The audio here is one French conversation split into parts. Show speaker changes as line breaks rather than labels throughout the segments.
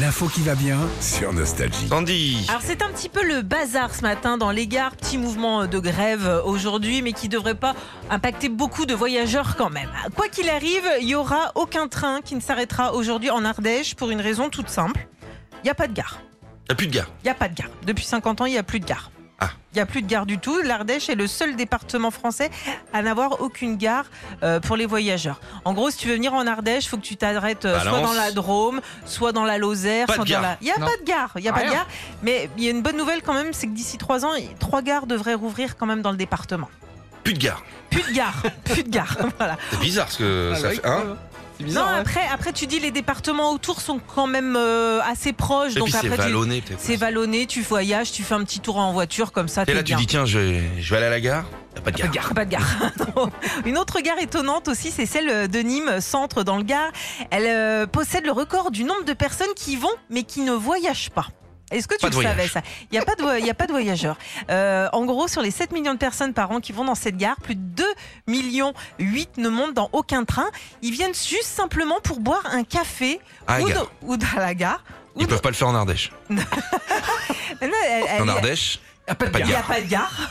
L'info qui va bien sur Nostalgie.
Sandy
Alors c'est un petit peu le bazar ce matin dans les gares, petit mouvement de grève aujourd'hui, mais qui ne devrait pas impacter beaucoup de voyageurs quand même. Quoi qu'il arrive, il n'y aura aucun train qui ne s'arrêtera aujourd'hui en Ardèche pour une raison toute simple. Il n'y a pas de gare.
T'as plus de gars.
Il n'y a pas de gare. Depuis 50 ans, il n'y a plus de gare.
Ah.
Il n'y a plus de gare du tout. L'Ardèche est le seul département français à n'avoir aucune gare euh, pour les voyageurs. En gros, si tu veux venir en Ardèche, il faut que tu t'arrêtes euh, soit
Balance.
dans la Drôme, soit dans la Lozère,
Pas de
soit
gare.
dans la. Il n'y a
Non.
pas de gare. Il y a pas de
Rien.
gare. Mais il y a une bonne nouvelle quand même, c'est que d'ici trois ans, trois gares devraient rouvrir quand même dans le département.
Plus de gars.
Plus de gare, plus de gare. Voilà.
C'est bizarre ce que
Ah
ça
ouais,
fait. Hein
C'est bizarre.
non,
ouais.
après, après, tu dis les départements autour sont quand même euh, assez proches.
Et
donc
puis c'est
après, tu-
vallonné peut-être.
c'est vallonné, tu voyages, tu fais un petit tour en voiture comme ça.
Et
t'es
là tu
bien.
dis tiens je vais, je vais aller à la gare. Y'a pas de gare.
Pas de gare. Non. Une autre gare étonnante aussi, c'est celle de Nîmes, centre dans le Gard. Elle euh, possède le record du nombre de personnes qui y vont, mais qui ne voyagent pas. Est-ce que tu
Pas de
le savais
voyage.
ça Il n'y a, pas de voy- il y a pas de voyageurs. Euh, en gros, sur les 7 millions de personnes par an qui vont dans cette gare, plus de 2 millions 8 ne montent dans aucun train. Ils viennent juste simplement pour boire un café
Ah,
ou,
gare.
dans- ou dans la gare. ou
Ils
dans-
peuvent pas le faire en Ardèche.
Non, elle- elle-
En Ardèche,
Y a pas de
pas de
il n'y a
gare.
pas de gare.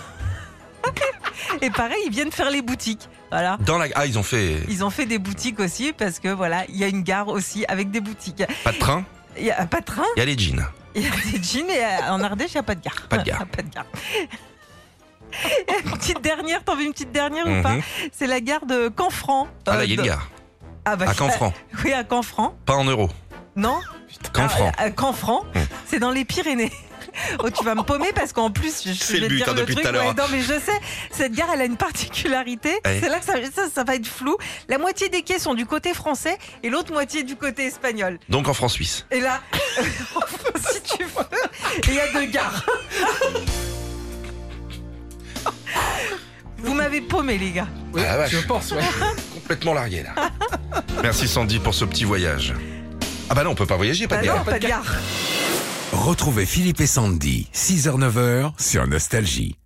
Et pareil, ils viennent faire les boutiques. Voilà.
Dans la ah ils ont fait
Ils ont fait des boutiques aussi parce que voilà, il y a une gare aussi avec des boutiques.
pas de train.
Il n'y a pas de train,
Il y a les jeans.
il y a des jeans et euh, en Ardèche, il n'y a pas de gare.
Pas de gare.
pas de gare. Et une petite dernière, t'en veux une petite dernière ou pas
Mhm.
C'est la gare de Canfranc.
Ah
Euh,
là il y a
de-
une gare.
Ah bah,
À Canfranc.
Oui, à Canfranc.
Pas en euros.
Non
Canfranc.
Ah, euh, Canfranc,
Mmh.
c'est dans les Pyrénées. Oh, tu vas me paumer parce qu'en plus, je, je
C'est
vais
le
te
but,
dire
hein,
le
depuis
truc.
tout à l'heure,
ouais,
hein.
non, mais je sais, cette gare, elle a une particularité.
Ouais.
C'est là que ça, ça, ça va être flou. La moitié des quais sont du côté français et l'autre moitié du côté espagnol.
Donc en France Suisse.
Et là, si tu veux, il y a deux gares. Vous m'avez paumé, les gars.
Ouais,
Ah, vache.
je pense, ouais.
Complètement largué là. Merci Sandy pour ce petit voyage. Ah bah non on peut pas voyager pas
Bah
de gare.
non, pas de gare.
Retrouvez Philippe et Sandy, 6h-9h sur Nostalgie.